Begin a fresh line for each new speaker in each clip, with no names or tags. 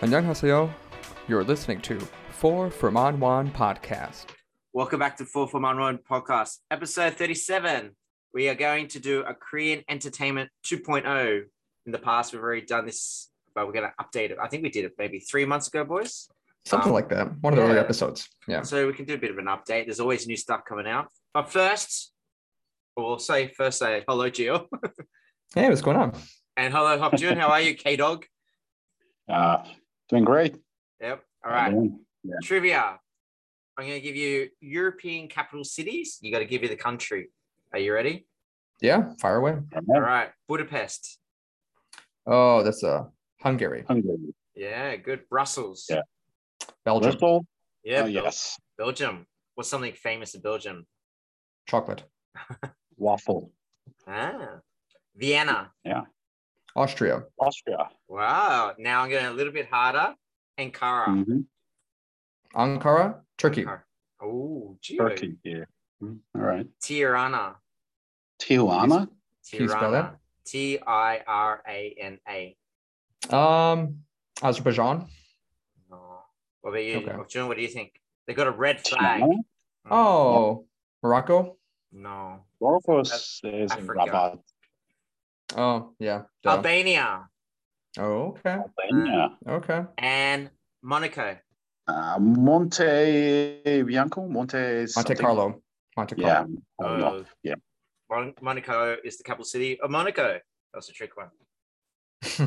안녕하세요. You're listening to Four from On One podcast.
Welcome back to Four from Unrun podcast, episode 37. We are going to do a Korean entertainment 2.0. In the past, we've already done this, but we're going to update it. I think we did it maybe three months ago, boys.
Something
Um,
like that. One of the early
yeah.
episodes. Yeah.
So we can do a bit of an update. There's always new stuff coming out. But first, we'll say first say hello, Gio.
Hey, what's going on?
And hello, Hop Jun. How are you, K Dog?
Uh, doing great.
Yep. All right.
Doing-
Trivia. I'm going to give you European capital cities. You got to give you the country. Are you ready?
Yeah, fire away.
All right. Budapest.
Oh, that's uh, Hungary,
Hungry.
Yeah, good. Brussels.
Yeah.
Belgium,
Bristol?
Yeah,
Oh,
Bel-
yes.
Belgium. What's something famous in Belgium?
chocolate,
Waffle.
Ah, Vienna.
Austria,
Austria.
Wow. Now I'm going a little bit harder. Ankara.
Mhm.
Ankara, Mm. Turkey,
Ankara. Oh, gee.
Turkey. Yeah. Mhm. All right.
Tirana.
Tijuana?
Can you spell that?
Tirana. T I R A N A.
um, Azerbaijan.
No. What about you,
Okay.
John? What do you think? They got a red flag.
Tijuana?
Mm,
Oh, Morocco.
no.
Morocco is is in
Africa.
Rabat.
Oh, yeah. duh.
Albania
Oh, okay.
Albania.
Okay.
and Monaco.
Uh, Monte Bianco? Monte
Monte
something?
Carlo. Monte Carlo.
Yeah. I don't know.
Oh,
Yeah.
Mon- Monaco is the capital city of Monaco. That's a trick one. All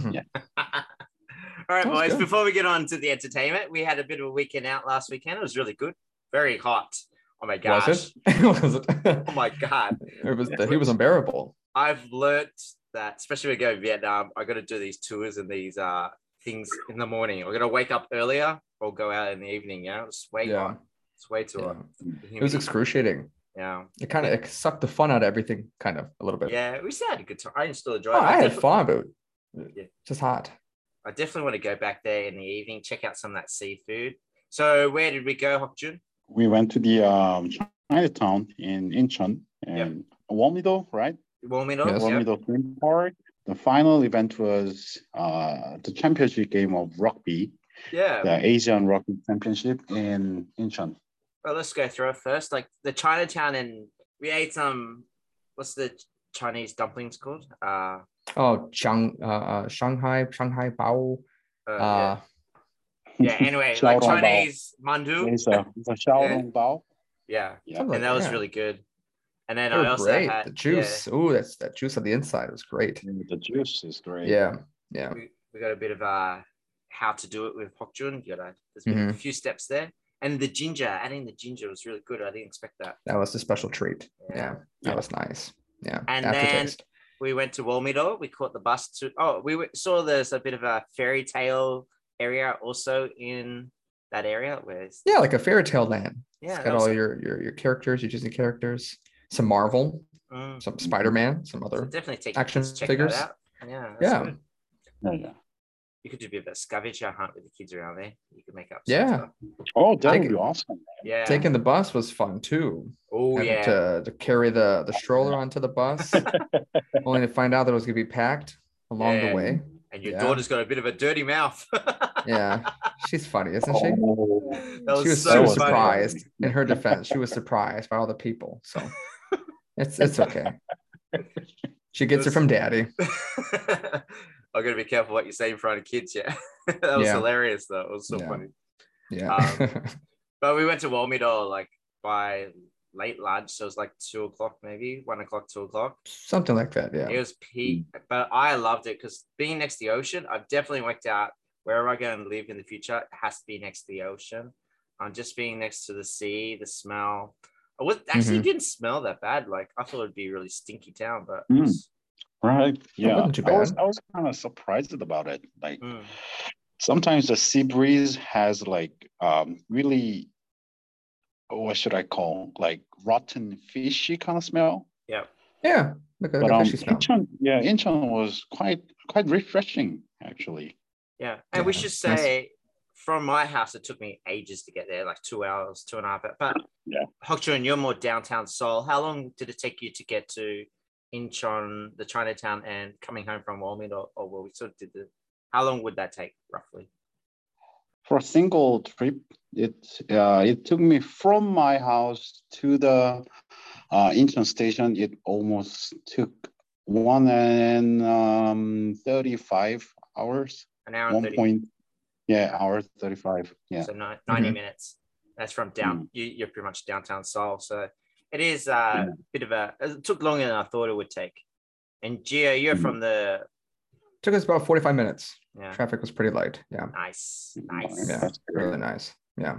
right,
That was
boys.
good.
Before we get on to the entertainment, we had a bit of a weekend out last weekend. It was really good. Very hot. Oh my gosh.
Was it? was it?
Oh my god.
It was.
Yeah.
He was unbearable.
I've learnt that, especially when I go to Vietnam, I got to do these tours and these uh things in the morning. I got to wake up earlier or go out in the evening. You know, it's way
Yeah.
hot. It's way too
yeah.
hot.
It was excruciating.
Yeah.
It kind of it sucked the fun out of everything, kind of a little bit.
Yeah. We still had a good time. I didn't still enjoy
Oh,
it.
I had
defi-
fun, but
Yeah.
just hot.
I definitely want to go back there in the evening, check out some of that seafood. So, where did we go, Hokjun?
We went to the um, Chinatown in Incheon and Walmido, right?
Warming up?
Yes.
One middle swim park. The final event was uh, the championship game of rugby,
Yeah.
the Asian Rugby Championship in Incheon.
Well, let's go through it first. Like the Chinatown, and we ate um, what's the Chinese dumplings called? Uh, uh
Oh, Chang, uh, uh, Shanghai, Shanghai Bao.
Oh, yeah.
Uh,
yeah. Anyway, like
Xiaorong bao.
Chinese mandu.
It's a, it's a Xiaolongbao.
Yeah,
Yeah.
something
and that
like
was really good. And then
Oh, They
I
were
also
great.
had
the juice. Oh, that's that juice on the inside was great.
And The juice is great.
Yeah, yeah.
yeah, we, we got a bit of uh, how to do it with Hokjun. You got there's been
Mm-hmm.
a few steps there, and the ginger. Adding the ginger was really good. I didn't expect that.
That was a special treat. Yeah, that
Yeah.
was nice. Yeah,
And
aftertaste.
we went to Walmido. We caught the bus to oh, we went, saw there's a bit of a fairy tale area also in that area where it's,
yeah, like a fairy tale land.
yeah,
it's
that
got
was-
all your your your characters, your Disney characters, some Marvel,
mm,
some Spider Man, some
so
other.
definitely take
action
let's check
figures.
That out. Yeah, that's
Yeah,
good.
Yeah, yeah.
You could do a bit of a scavenger hunt with the kids around there. You could make up. some
Yeah.
stuff.
Oh, that
Take
would be
it.
awesome.
yeah.
taking the bus was fun too.
oh
Having
yeah.
To, to carry the the stroller onto the bus, only to find out that it was gonna be packed along
Yeah.
the way.
and your
yeah.
daughter's got a bit of a dirty mouth. that
Yeah, she's funny, isn't she?
Oh,
was,
she was
so
so,
funny.
surprised in her defense she was surprised by all the people so it's it's okay she gets it
was-
from daddy
I gotta be careful what you say in front of kids. Yeah, that was
Yeah.
hilarious though. It was so
Yeah.
funny.
yeah
Um, But we went to Walmido like by late lunch, so it was like two o'clock, maybe one o'clock, two o'clock.
something like that yeah
It was peak, but I loved it because being next to the ocean, I've definitely worked out wherever I go and live in the future, it has to be next to the ocean. I'm just being next to the sea, the smell. I was actually
Mhm.
didn't smell that bad. Like I thought it'd be a really stinky town, but
Mm. right. Yeah.
wasn't too
I was,
bad.
I was kind of surprised about it. Like,
Mm.
sometimes the sea breeze has like um, really, what should I call like rotten fishy kind of smell.
yeah look at
But um,
fishy smell
Incheon, yeah, Incheon was quite quite refreshing actually.
Yeah. And we
Yeah,
should
nice.
say from my house, it took me ages to get there, like two hours, two and a half hours. But
Yeah.
Hokchun, you're more downtown Seoul. How long did it take you to get to Incheon, the Chinatown, and coming home from Walmart or, or well, we sort of did the how long would that take roughly?
for a single trip, it uh, it took me from my house to the uh, Incheon station. It almost took one and um, thirty-five hours.
An hour and
One
30
point, yeah, hour thirty-five. Yeah, Mm-hmm.
so ni- 90
Mhm.
minutes that's from down you, you're pretty much downtown seoul so it is uh, a bit of a it took longer than i thought it would take and Gio, you're
Mhm.
from the
Took us about 45 minutes.
yeah
Traffic was pretty light. Yeah.
nice nice
Yeah.
That's great.
Really nice. Yeah.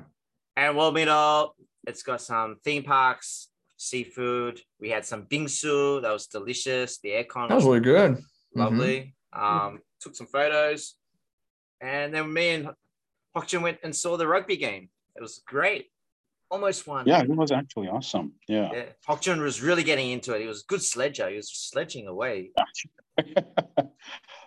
and we'll meet up it's got some theme parks seafood we had some bingsu that was delicious the aircon
That was really good. Mm-hmm.
lovely. Um, took some photos, and then me and Hokjin went and saw the rugby game. It was great. Almost won.
Yeah, it was actually awesome. Yeah.
yeah. Hokjin was really getting into it. He was a good sledger. He was sledging away.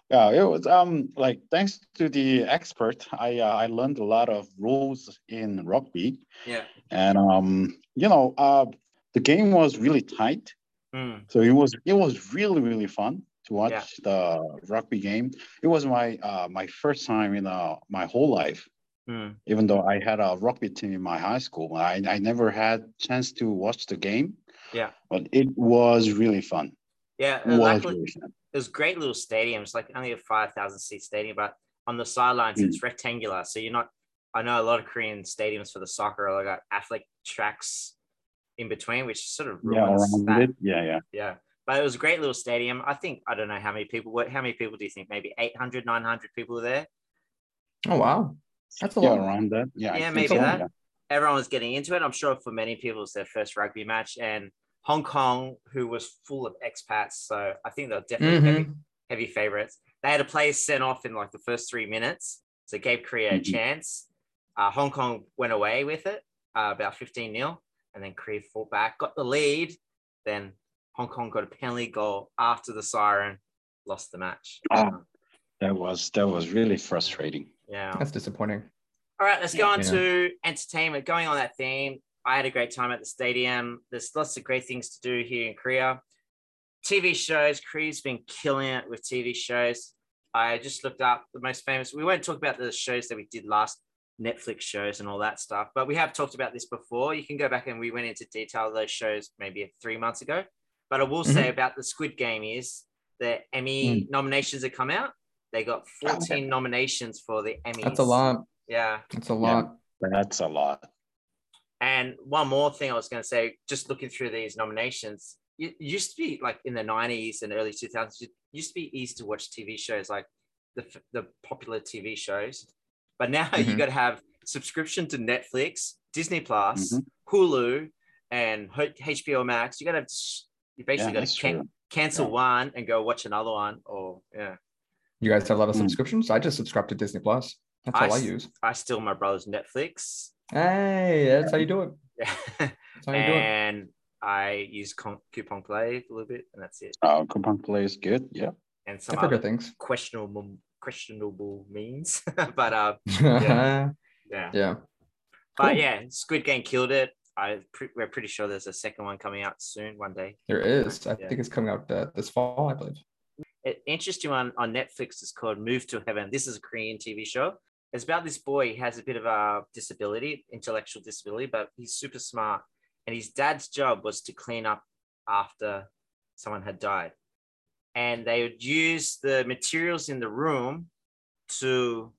yeah, it was um like thanks to the expert, I uh, I learned a lot of rules in rugby,
Yeah.
and um you know uh the game was really tight,
Mm.
so it was it was really really fun to watch the rugby game. It was my uh my first time in uh my whole life.
Mm.
Even though I had a rugby team in my high school, I I never had chance to watch the game.
Yeah.
but it was really fun.
Yeah.
It was
luckily-
really fun.
it was great little stadium. It's like only a five thousand seat stadium, but on the sidelines it's
Hmm.
rectangular, so you're not. I know a lot of Korean stadiums for the soccer are like athletic tracks in between, which sort of
Yeah,
ruins
around
that.
it. Yeah, yeah.
Yeah. But it was a great little stadium. I think, I don't know how many people were. How many people do you think? Maybe 800, 900 people were there.
Oh wow. That's a
yeah,
lot.
around that. Yeah, I
Yeah,
think
maybe
so,
that.
yeah.
Everyone was getting into it. I'm sure for many people, it's their first rugby match. And Hong Kong, who was full of expats. So I think they're definitely
Mm-hmm.
heavy,
Mhm.
heavy favorites. They had a player sent off in like the first three minutes. So it gave Korea a
Mhm.
chance. Uh, Hong Kong went away with it, uh, about 15 0. And then Korea fought back, got the lead. Then Hong Kong got a penalty goal after the siren, lost the match.
Ah. That was that was really frustrating.
Yeah.
That's disappointing.
All right, let's go on
Yeah.
to entertainment. Going on that theme, I had a great time at the stadium. There's lots of great things to do here in Korea. TV shows, Korea's been killing it with TV shows. I just looked up the most famous. We won't talk about the shows that we did last, Netflix shows and all that stuff, but we have talked about this before. You can go back and we went into detail of those shows maybe three months ago. But I
Mm-hmm.
will say about the Squid Game is the
Mm.
Emmy nominations that come out. They got 14 nominations for the Emmys.
That's a lot.
Yeah.
That's a lot.
That's a lot.
And one more thing I was going to say, just looking through these nominations, it used to be like in the 90s and early 2000s, it used to be easy to watch TV shows like the, f- the popular TV shows. But now you
Mm-hmm.
Mhm.
got to have subscription to Netflix, Disney Plus,
Mhm.
Hulu, and H- HBO Max. You got to have, s- you basically
yeah,
got
that's
to can-
true.
cancel
Yeah.
one and go watch another one. Or, yeah,
You guys have a lot of
Mm.
subscriptions. I just subscribe to Disney Plus. That's all I,
I s-
use.
I steal my brother's Netflix.
Hey, that's how you do it.
Yeah.
That's how you do it.
and I use con- coupon play a little bit, and that's it.
Uh, coupon play is good. Yeah.
And
That's
some
for
other
good things.
questionable questionable means, but uh,
yeah.
yeah,
yeah.
but
Cool.
yeah, Squid Game killed it. I pre- we're pretty sure there's a second one coming out soon, one day.
There is. I
Yeah.
think it's coming out uh, this fall, I believe.
An interesting one on Netflix is called Move to Heaven. This is a Korean TV show. It's about this boy. He has a bit of a disability, intellectual disability, but he's super smart. And his dad's job was to clean up after someone had died. And they would use the materials in the room to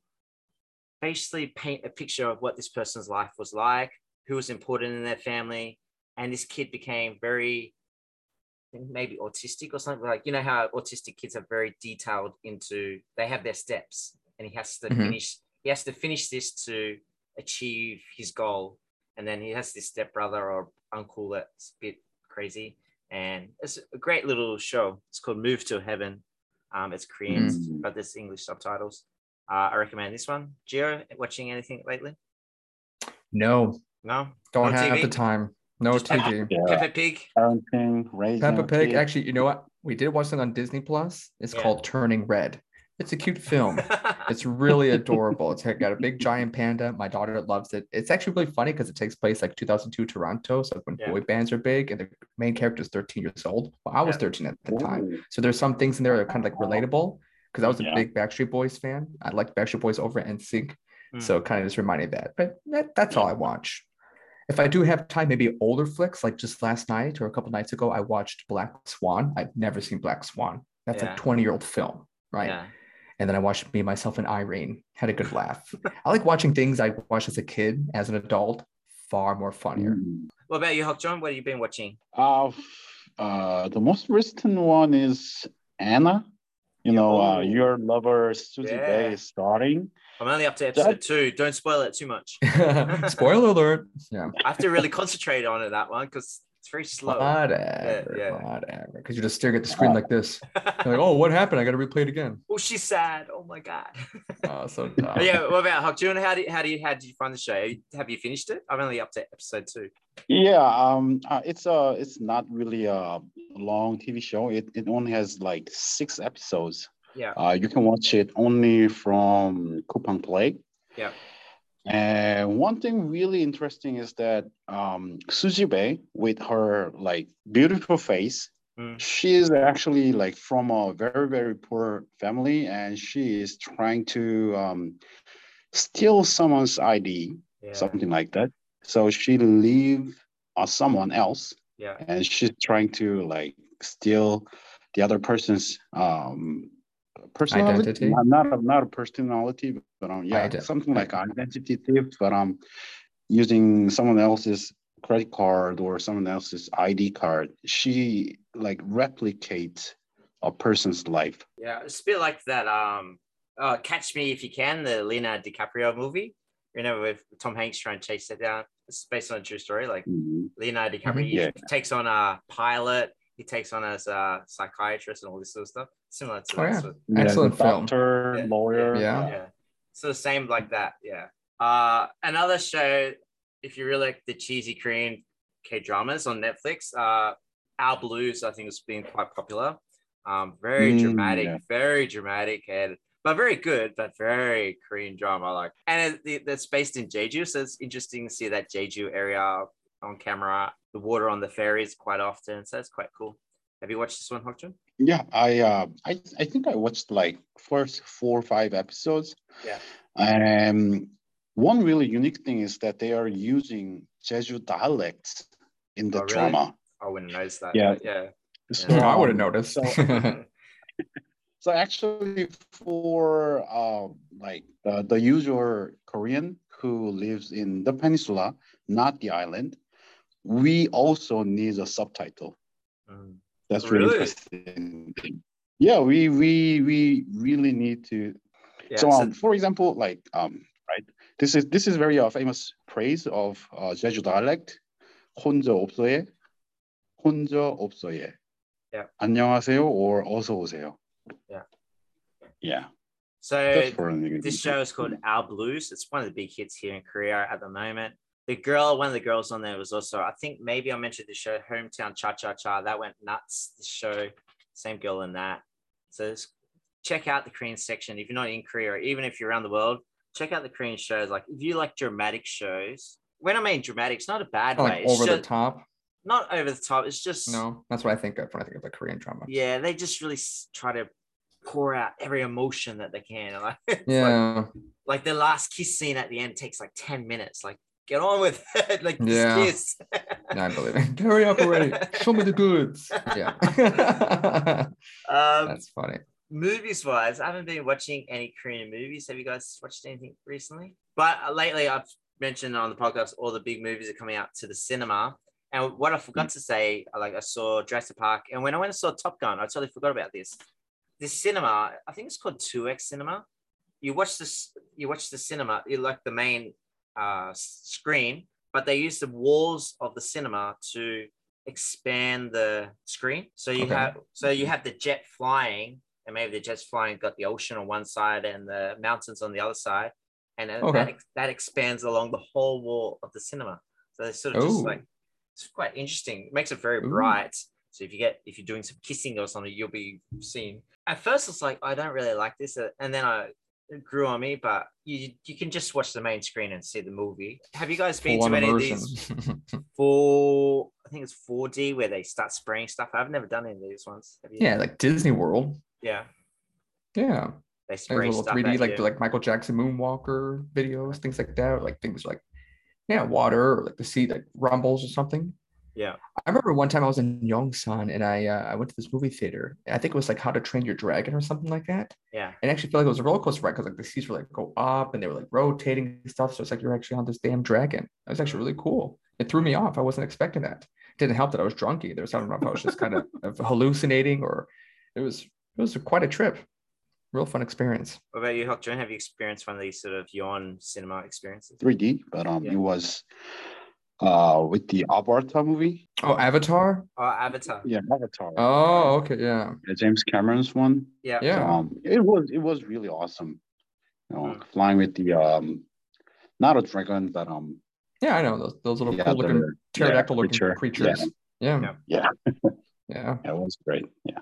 basically paint a picture of what this person's life was like, who was important in their family. And this kid became very maybe autistic or something like you know how autistic kids are very detailed into they have their steps and he has to
Mhm.
finish he has to finish this to achieve his goal and then he has this stepbrother or uncle that's a bit crazy and it's a great little show it's called move to heaven um, it's korean
Mhm.
but there's english subtitles uh, i recommend this one Gio, watching anything lately
No.
no
Don't
No
have
TV?
the time. No
Just Peppa-
TV.
Yeah.
peppa pig
Parenting, raising.
Peppa
a
Pig.
kid.
Actually, you know what? We did watch something on Disney Plus. It's
Yeah.
called Turning Red. It's a cute film. It's really adorable. It's got a big giant panda. My daughter loves it. It's actually really funny because it takes place like 2002 Toronto, so when
Yeah.
boy bands are big, and the main character is 13 years old. Well, I was
Yeah.
13 at the
Ooh.
time, so there's some things in there that are kind of like relatable because I was a
Yeah.
big Backstreet Boys fan. I liked Backstreet Boys over NSYNC,
Mm.
So kind of just reminding that. But that, that's all I watch. If I do have time, maybe older flicks, like just last night or a couple nights ago, I watched Black Swan. I've never seen Black Swan. That's
Yeah.
a 20 year old film, right?
Yeah.
And then I watched Me, Myself, and Irene. Had a good laugh. I like watching things I watched as a kid, as an adult, far more funnier.
Mm.
What about you, Hok John? What have you been watching?
Uh, f- uh, the most recent one is Anna. You know, uh,
Oh.
your lover Susie
Yeah.
Day is starting.
I'm only up to episode two. Don't spoil it too much. Mm.
Spoiler alert. Yeah.
I have to really concentrate on it that one because it's very slow.
Whatever.
yeah.
Whatever. Because you're just staring at the screen like this. You're like, oh, what happened? I got to replay it again.
oh, she's sad. Oh my god.
Oh, so
Oh,
dumb.
yeah. What about Hok John? How do you, how do you how did you find the show? Have you finished it? I'm only up to episode two.
Yeah, um, uh, it's uh, it's not really a long TV show. It it only has like six episodes.
Yeah.
Uh, you can watch it only from Coupon Play.
Yeah.
And one thing really interesting is that um, Suji Bay, with her like beautiful face,
Mm.
she is actually like from a very very poor family, and she is trying to um, steal someone's ID,
Yeah.
something like that. So she leave uh, someone else,
Yeah.
and she's trying to like steal the other person's um personality
Identity?
not not a, not a personality but um yeah
Iden-
something like identity thief but um using someone else's credit card or someone else's id card she like replicates a person's life
Yeah, it's a bit like that. Um, uh, Catch Me If You Can, the Leonardo DiCaprio movie. You know, with Tom Hanks trying to chase it down. It's based on a true story. Like
Mhm.
Leonardo DiCaprio
Mhm.
he
Yeah.
takes on a pilot. He takes on as a psychiatrist and all this sort of stuff. Similar to
Oh,
that.
yeah.
Sort of,
Yeah,
Excellent film.
doctor
Yeah,
lawyer
yeah.
yeah. So the same like that. Yeah. Uh, another show, if you really like the cheesy Korean K dramas on Netflix, uh, Our Blues, I think, has been quite popular. Um, very
Mm,
dramatic,
yeah.
very dramatic, and but very good, but very Korean drama like. And it, it, that's based in Jeju, so it's interesting to see that Jeju area on camera. The water on the ferries quite often, so it's quite cool. Have you watched this one, Hokjun?
Yeah, I uh, I I think I watched like first four or five episodes.
Yeah.
Um, one really unique thing is that they are using Jeju dialects in the
Oh, really?
drama.
I wouldn't notice that.
Yeah.
but Yeah. Mm.
Yeah, I would have
um,
noticed.
So, so actually, for uh, like the, the usual Korean who lives in the peninsula, not the island, we also need a subtitle.
Mm.
That's really,
Really?
interesting. Yeah, we we we really need to.
Yeah,
so, um, for example, like um, right, this is this is very uh, famous praise of uh, Jeju dialect. 혼자 없어요. 혼자 없어요.
Yeah.
안녕하세요 or 어서 오세요.
Yeah.
Yeah.
so
That's for an example.
This show is called Our Blues. It's one of the big hits here in Korea at the moment. The girl, one of the girls on there was also, I think maybe I mentioned the show Hometown Cha Cha Cha. That went nuts. This show, same girl in that. So it's- check out the Korean section. If you're not in Korea, or even if you're around the world, check out the Korean shows. Like if you like dramatic shows, when I mean dramatic, it's not a bad
Kinda
way.
like
It's
over the
just-
top.
Not over the top. It's just
No, that's what I think of when I think of the Korean drama.
yeah. They just really s- try to pour out every emotion that they can. Like, it's like-
Yeah.
like the last kiss scene at the end takes like 10 minutes like get on with it like just
Yeah.
kiss
No, I believe it. Hurry up already. Show me the goods. Yeah.
um
that's funny.
movies wise i haven't been watching any korean movies have you guys watched anything recently but uh, lately i've mentioned on the podcast all the big movies are coming out to the cinema and what i forgot to say uh, like i saw jurassic park and when i went and saw top gun i totally forgot about this this cinema i think it's called 2x cinema you watch this you watch the cinema you like the main uh s- screen but they use the walls of the cinema to expand the screen so you
Okay.
have so you have the jet flying and maybe the jet's flying got the ocean on one side and the mountains on the other side and then that,
Okay.
ex- that expands along the whole wall of the cinema so they sort of
Ooh.
just like it's quite interesting. It makes it very
Ooh.
bright. So if you get if you're doing some kissing or something, you'll be seen. At first, it's like I don't really like this, uh, and then I it grew on me. But you you can just watch the main screen and see the movie. Have you guys been
Full-on
to any of
immersion.
these four? I think it's 4D where they start spraying stuff. I've never done any of these ones. Have you?
yeah, like Disney World.
Yeah.
Yeah.
They
There's
spray
little
stuff
3D
at
like
you.
like Michael Jackson Moonwalker videos, things like that, like things like yeah, water or like the sea like rumbles or something.
Yeah.
I remember one time I was in Yongsan and I uh, I went to this movie theater. I think it was like How to Train Your Dragon or something like that.
yeah.
And I actually felt like it was a roller coaster ride because like the seats were like go up and they were like rotating and stuff. So it's like you're actually on this damn dragon. That was actually really cool. It threw me off. I wasn't expecting that. Didn't help that I was drunk either. So I don't know if I was just kind of- of hallucinating or it was it was quite a trip. Real fun experience.
What about you, Hok Jun? Have you experienced one of these sort of yawn cinema experiences?
3D, but um,
Yeah.
it was uh with the Avatar movie.
Oh, Avatar.
Oh, Avatar.
Yeah, Avatar.
Oh, okay, yeah,
Yeah, James Cameron's one.
Yeah.
yeah.
Um, it was it was really awesome. You know,
Mm.
flying with the um, not a dragon, but um,
Yeah, I know those those little
yeah,
cool looking
the-
pterodactyl looking
creature.
creatures. Yeah.
Yeah.
Yeah.
Yeah.
yeah, it was great. Yeah.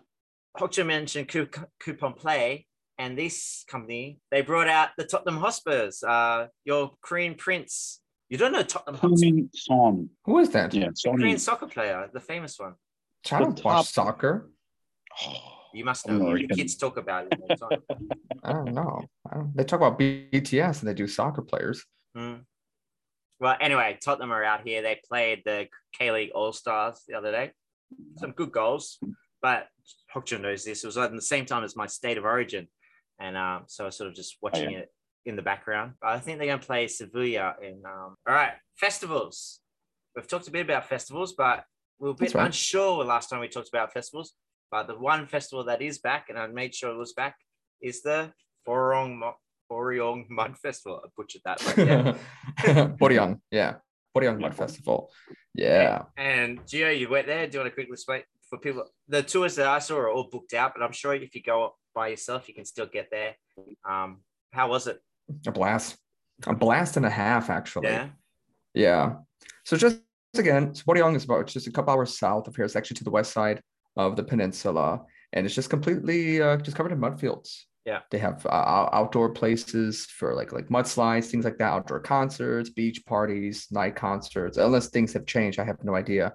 Hok Jun mentioned Coup- Coupon Play, and this company, they brought out the Tottenham Hotspurs, uh, your Korean prince. You don't know Tottenham Hotspur?
Coming Son.
Who is that?
Yeah,
Korean
Sony.
soccer player, the famous one.
I don't
The
watch
top-
soccer.
You must know. Your
American.
kids talk about it all the time.
I don't know. I don't, they talk about BTS and they do soccer players.
Mm. Well, anyway, Tottenham are out here. They played the K League All Stars the other day. Some good goals, but Hokjun knows this. It was at the same time as my state of origin, and um, so I was sort of
Oh,
just watching it in the background. I think they're going to play Sevilla in. Um... All right, festivals. We've talked a bit about festivals, but we were a bit
That's right.
unsure last time we talked about festivals. But the one festival that is back, and I made sure it was back, is the Forong Mo- Forong Mud Festival. I butchered that right there.
Boryong, yeah. Boryong
Yeah.
Mud Festival. Yeah.
And Gio, you went there. Do you want to quickly explain for people? The tours that I saw are all booked out, but I'm sure if you go by yourself, you can still get there. Um, how was it?
A blast. A blast and a half, actually.
Yeah,
Yeah. So just again, so Boryong is about just a couple hours south of here. It's actually to the west side of the peninsula, and it's just completely uh, just covered in mud fields.
Yeah.
They have uh, ou- outdoor places for like like mudslides, things like that, outdoor concerts, beach parties, night concerts. Unless things have changed, I have no idea.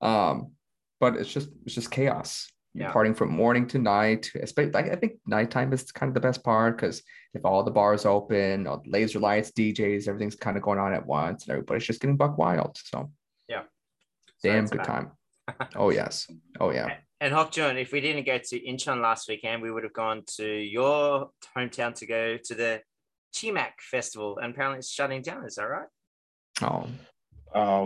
Um, but it's just it's just chaos. You're
Yeah.
partying from morning to night. Especially, I I think nighttime is kind of the best part because if all the bars open, all the laser lights, DJs, everything's kind of going on at once, and everybody's just getting buck wild. So
So
damn
that's
good
back.
time. Oh yes. Oh yeah.
And Hokjun, if we didn't go to Incheon last weekend, we would have gone to your hometown to go to the Chimac Festival, and apparently it's shutting down. Is that right?
Oh
Uh,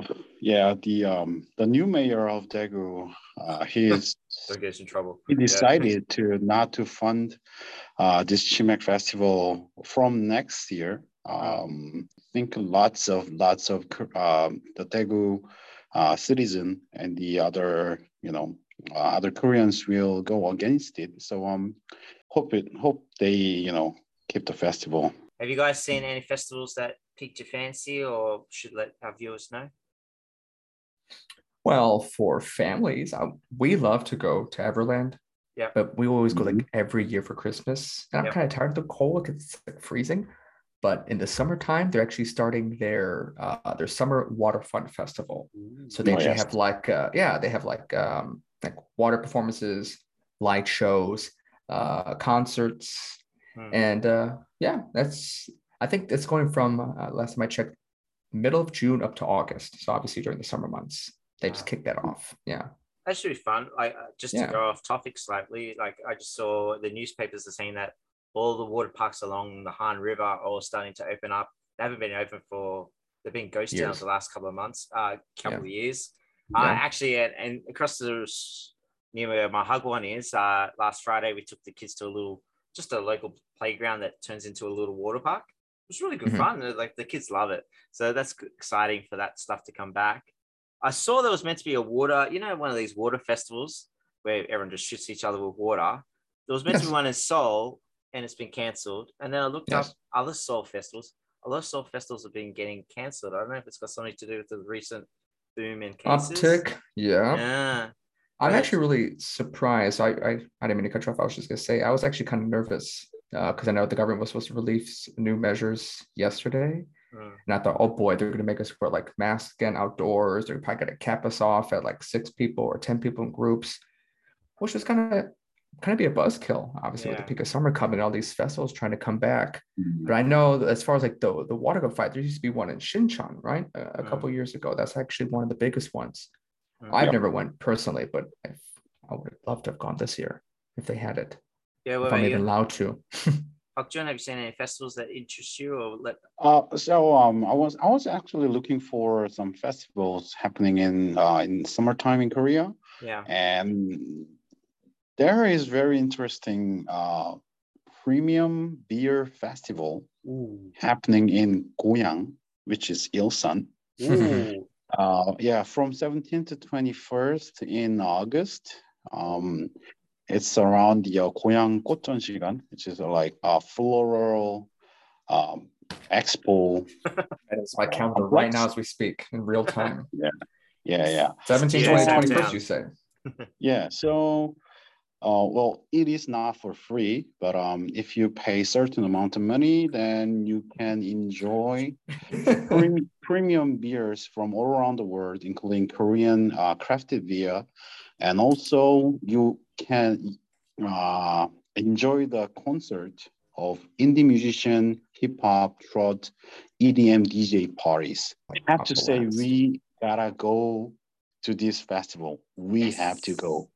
yeah, the um, the new mayor of Daegu, uh, he is
Don't get us in trouble.
he
Yeah.
decided to not to fund uh, this Chimac festival from next year. Um, I think lots of lots of um, the Daegu uh, citizen and the other you know uh, other Koreans will go against it. So um, hope it hope they you know keep the festival.
Have you guys seen any festivals that piqued your fancy, or should let our viewers know?
well, for families, I, we love to go to Everland.
Yeah.
But we always go like every year for Christmas, and I'm
Yeah.
kind of tired of the cold because it's like freezing. But in the summertime, they're actually starting their uh, their summer waterfront festival. So they
Oh,
actually
yes.
have like uh, yeah, they have like um like water performances, light shows, uh concerts,
Hmm.
and uh yeah, that's I think it's going from uh, last time I checked, middle of June up to August. So obviously during the summer months, they just
Wow.
kick that off. Yeah.
that should be fun. Like uh, just
Yeah.
to go off topic slightly, like I just saw the newspapers are saying that all the water parks along the Han River are all starting to open up. They haven't been open for they've been ghost towns
Years.
the last couple of months, uh, couple of years. Uh,
Yeah.
actually, and, and across the s- near where my hug one is, uh, last Friday we took the kids to a little, just a local playground that turns into a little water park. It was really good
Mhm.
fun. They're Like the kids love it, so that's g- exciting for that stuff to come back. I saw there was meant to be a water, you know, one of these water festivals where everyone just shoots each other with water. There was meant to
Yes.
be one in Seoul, and it's been cancelled. And then I looked
Yes.
up other Seoul festivals. A lot of Seoul festivals have been getting cancelled. I don't know if it's got something to do with the recent boom in cases.
Uptick. Yeah.
Yeah.
I'm
Right.
actually really surprised. I, I I didn't mean to cut you off. I was just gonna say I was actually kind of nervous because I know the government was supposed to release new measures yesterday.
Mm.
And I thought, oh boy, they're gonna make us wear like masks again outdoors. They're probably gonna cap us off at like six people or ten people in groups, which was kind of kind of be a buzzkill, obviously, with
Yeah.
the peak of summer coming, all these festivals trying to come back.
Mm.
But I know that as far as like the the water go fight, there used to be one in Shinchon, right? A, a
Mhm.
couple years ago. That's actually one of the biggest ones.
Mhm.
I've
Yeah.
never went personally, but I've, I would have loved to have gone this year if they had it.
Yeah, what
if I'm
about
even
you?
allowed to.
Park Jun, have you seen any festivals that interest you or let
Uh, so um, I was I was actually looking for some festivals happening in uh, in summertime in Korea,
yeah.
and there is very interesting uh, premium beer festival
Ooh.
happening in Goyang, which is Ilsan.
Ooh.
Uh, yeah, from 17th to 21st in August. Um, it's around the uh, Goyang Kochon Shigan, which is uh, like a floral um, expo.
that is my calendar right now as we speak in real time.
Yeah, yeah.
17,
Yeah,
20,
so-
21st, you say.
Yeah, so uh, well, it is not for free, but um, if you pay certain amount of money, then you can enjoy prem- premium beers from all around the world, including Korean uh, crafted beer, and also you can uh, enjoy the concert of indie musician, hip hop, trot, E EDM DJ parties. I have to say, we gotta go to this festival. We have to go.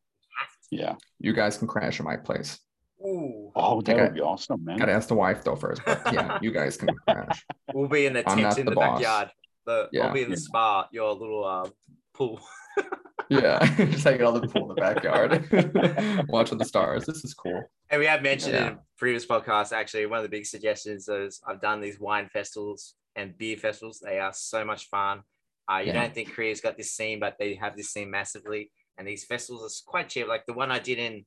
Yeah.
You guys can crash at my place.
Ooh.
Oh, that
Okay.
would be awesome, man.
Gotta ask the wife though first, but yeah, you guys can crash.
We'll be in the
I'm
tent
not
in the,
the boss.
backyard. The, I'll
Yeah.
be in the
Yeah.
spa, your little uh, pool.
Yeah, just hanging out on the pool in the backyard, watching the stars. This is cool.
And we have mentioned
Yeah.
in a previous podcast, actually, one of the big suggestions is I've done these wine festivals and beer festivals. They are so much fun. Uh, you
Yeah.
don't think Korea's got this scene, but they have this scene massively. And these festivals are quite cheap. Like the one I did in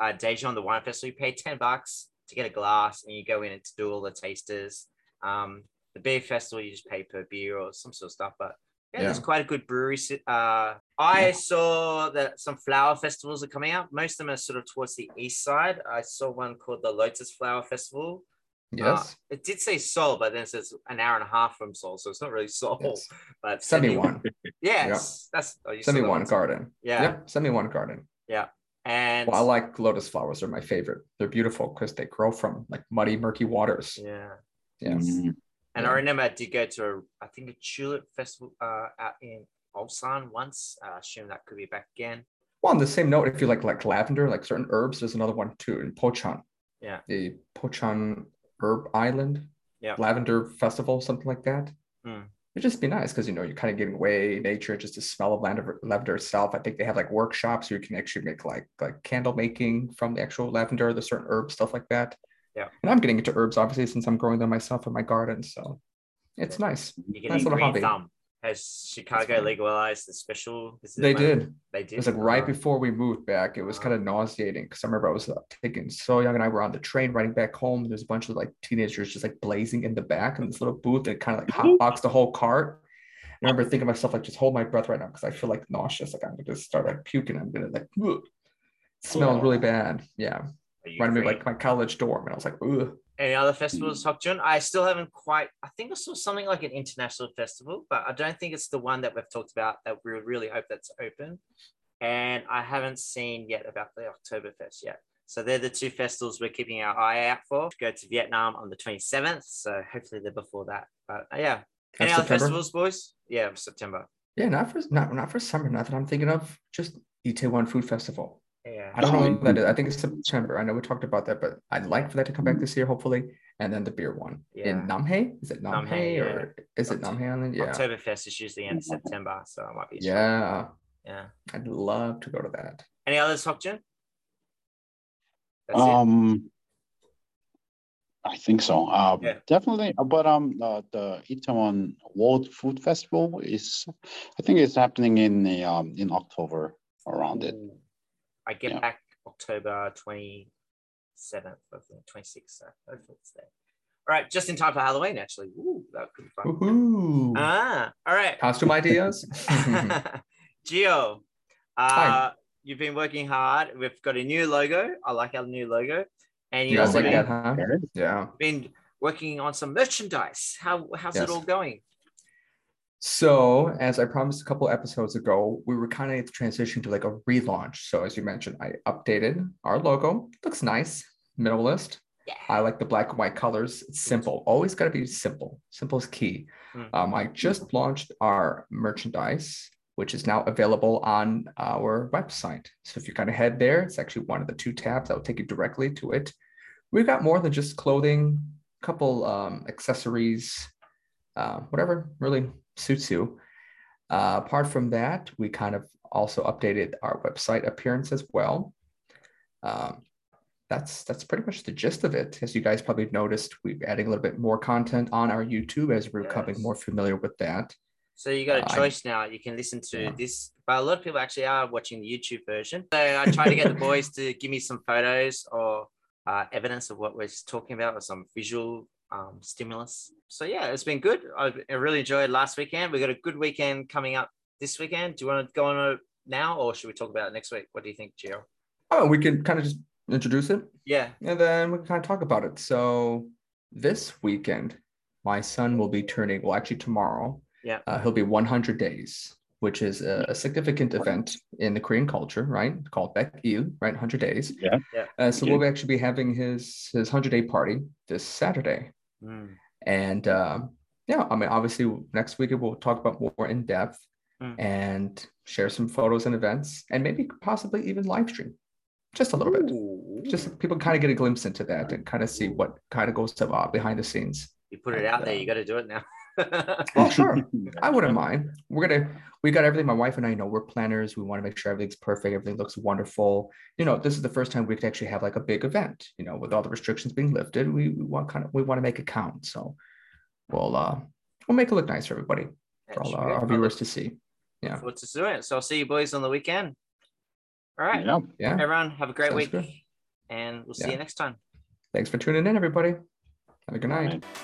uh, Daejeon, the wine festival, you pay 10 bucks to get a glass and you go in and to do all the tasters. Um, the beer festival, you just pay per beer or some sort of stuff. But yeah, there's quite a good brewery. si- Uh, I
Yeah.
saw that some flower festivals are coming out. Most of them are sort of towards the east side. I saw one called the Lotus Flower Festival.
Yes,
It did say Seoul, but then it says an hour and a half from Seoul, so it's not really Seoul.
yes.
But
Send me one.
Yes, that's oh, you saw
Send me
that
one
one.
garden.
Yeah,
Yep. Send me one garden.
and
Well, I like lotus flowers. They're my favorite. They're beautiful because they grow from like muddy, murky waters.
yeah.
Yeah.
Mm.
And I
Yeah.
remember I did go to a, I think a tulip festival uh, out in Ulsan once. Uh, I assume that could be back again.
Well, on the same note, if you like like lavender, like certain herbs, there's another one too in Pochan.
Yeah.
The Pochan Herb Island.
Yeah.
Lavender Festival, something like that.
Mm.
It'd just be nice because you know you're kind of getting away nature, just the smell of lavender, lavender itself. I think they have like workshops where you can actually make like like candle making from the actual lavender, the certain herbs, stuff like that.
Yeah.
And I'm getting into herbs obviously since I'm growing them myself in my garden, so it's nice.
You get
Nice
a
little
green
hobby.
thumb. Has Chicago
fine.
legalized the special? This is
They
my-
did.
They did.
It was like right
Uh,
before we moved back. It was kind of nauseating because I remember I was uh, taking so young and I were on the train riding back home. There's a bunch of like teenagers just like blazing in the back in this little booth that kind of like hotboxed the whole cart. I remember thinking to myself like, just hold my breath right now because I feel like nauseous. Like I'm gonna start like puking. I'm gonna like ugh. smelled really bad. Yeah,
are you
reminded me of
free?
like my college dorm, and I was like, ugh.
Any other festivals, Hokjun? I still haven't quite. I think I saw something like an international festival, but I don't think it's the one that we've talked about. That we really hope that's open, and I haven't seen yet about the Oktoberfest yet. So they're the two festivals we're keeping our eye out for. Go to Vietnam on the twenty seventh, so hopefully they're before that. But uh, yeah, any
That's
other
September.
festivals, boys? Yeah, September.
Yeah, not for not not for summer. Not that I'm thinking of. Just Itaewon Food Festival.
Yeah.
I don't know
Um,
when that is. I think it's September. I know we talked about that, but I'd like for that to come back this year, hopefully. And then the beer one
Yeah.
in Namhae. Is it Namhae,
Namhae,
or is it
Oct-
Namhae Island? Yeah,
Oktoberfest is usually end of September, so I might be.
yeah.
Yeah.
I'd love to go to that.
Any others, Hokjun? That's it.
um, I think so. Um,
Yeah.
Definitely. Uh, But um, uh, the Itaewon World Food Festival is, I think it's happening in the, um, in October around it.
Ooh. I get
Yeah.
back October 27th, I think, 26th. So hopefully it's there. All right, just in time for Halloween, actually. Ooh, that could be fun.
Woohoo!
Ah, all right.
Uh, Costume ideas?
Gio, uh,
Hi.
you've been working hard. We've got a new logo. I like our new logo. And
you
you've
guys
also
like
been,
that, huh? Yeah.
been working on some merchandise. How, how's it
Yes.
all going?
So, as I promised a couple episodes ago, we were kind of transitioning to like a relaunch. So, as you mentioned, I updated our logo. Looks nice, minimalist.
Yeah.
I like the black and white colors. It's simple. Always got to be simple. Simple is key.
Mhm.
Um, I just launched our merchandise, which is now available on our website. So if you kind of head there, it's actually one of the two tabs that will take you directly to it. We've got more than just clothing, a couple um, accessories, uh, whatever really suits you. Uh, apart from that, we kind of also updated our website appearance as well. Um, that's that's pretty much the gist of it. As you guys probably noticed, we're adding a little bit more content on our YouTube as we're becoming
Yes.
more familiar with that.
So you got
Uh,
a choice now. You can listen to
Yeah.
this, but a lot of people actually are watching the YouTube version. So I try to get the boys to give me some photos or uh, evidence of what we're talking about or some visual um, stimulus. So yeah, it's been good. I, I really enjoyed last weekend. We got a good weekend coming up this weekend. Do you want to go on uh, now or should we talk about it next week? What do you think, Gio?
Oh, we can kind of just introduce it
Yeah.
and then we can kind of talk about it. So this weekend, my son will be turning. Well, actually tomorrow.
Yeah.
Uh, he'll be 100 days, which is a, a significant event in the Korean culture, right? Called Baek Il, right? 100 days.
Yeah.
Yeah.
Uh, so we'll actually be having his his 100 day party this Saturday.
Mm.
And um, yeah, I mean, obviously, next week we'll talk about more in depth
Mm.
and share some photos and events, and maybe possibly even live stream just a little bit.
Ooh.
Just people kind of get a glimpse into that and kind of see what kind of goes on behind the scenes.
you put it out there. You got to do it now.
Oh, sure. I wouldn't mind. We're gonna we got everything. My wife and I know we're planners. We want to make sure everything's perfect, everything looks wonderful. You know, this is the first time we could actually have like a big event. You know, with all the restrictions being lifted, we, we want kind of we want to make it count. So we'll uh we'll make it look nice for everybody, for all uh, our, our viewers to see. yeah.
Forward to doing it. So I'll see you boys on the weekend. All right.
Yeah.
Yeah.
Everyone, have a great
Sounds
week.
good.
And we'll see
Yeah.
you next time.
Thanks for tuning in, everybody. Have a good night.
Right.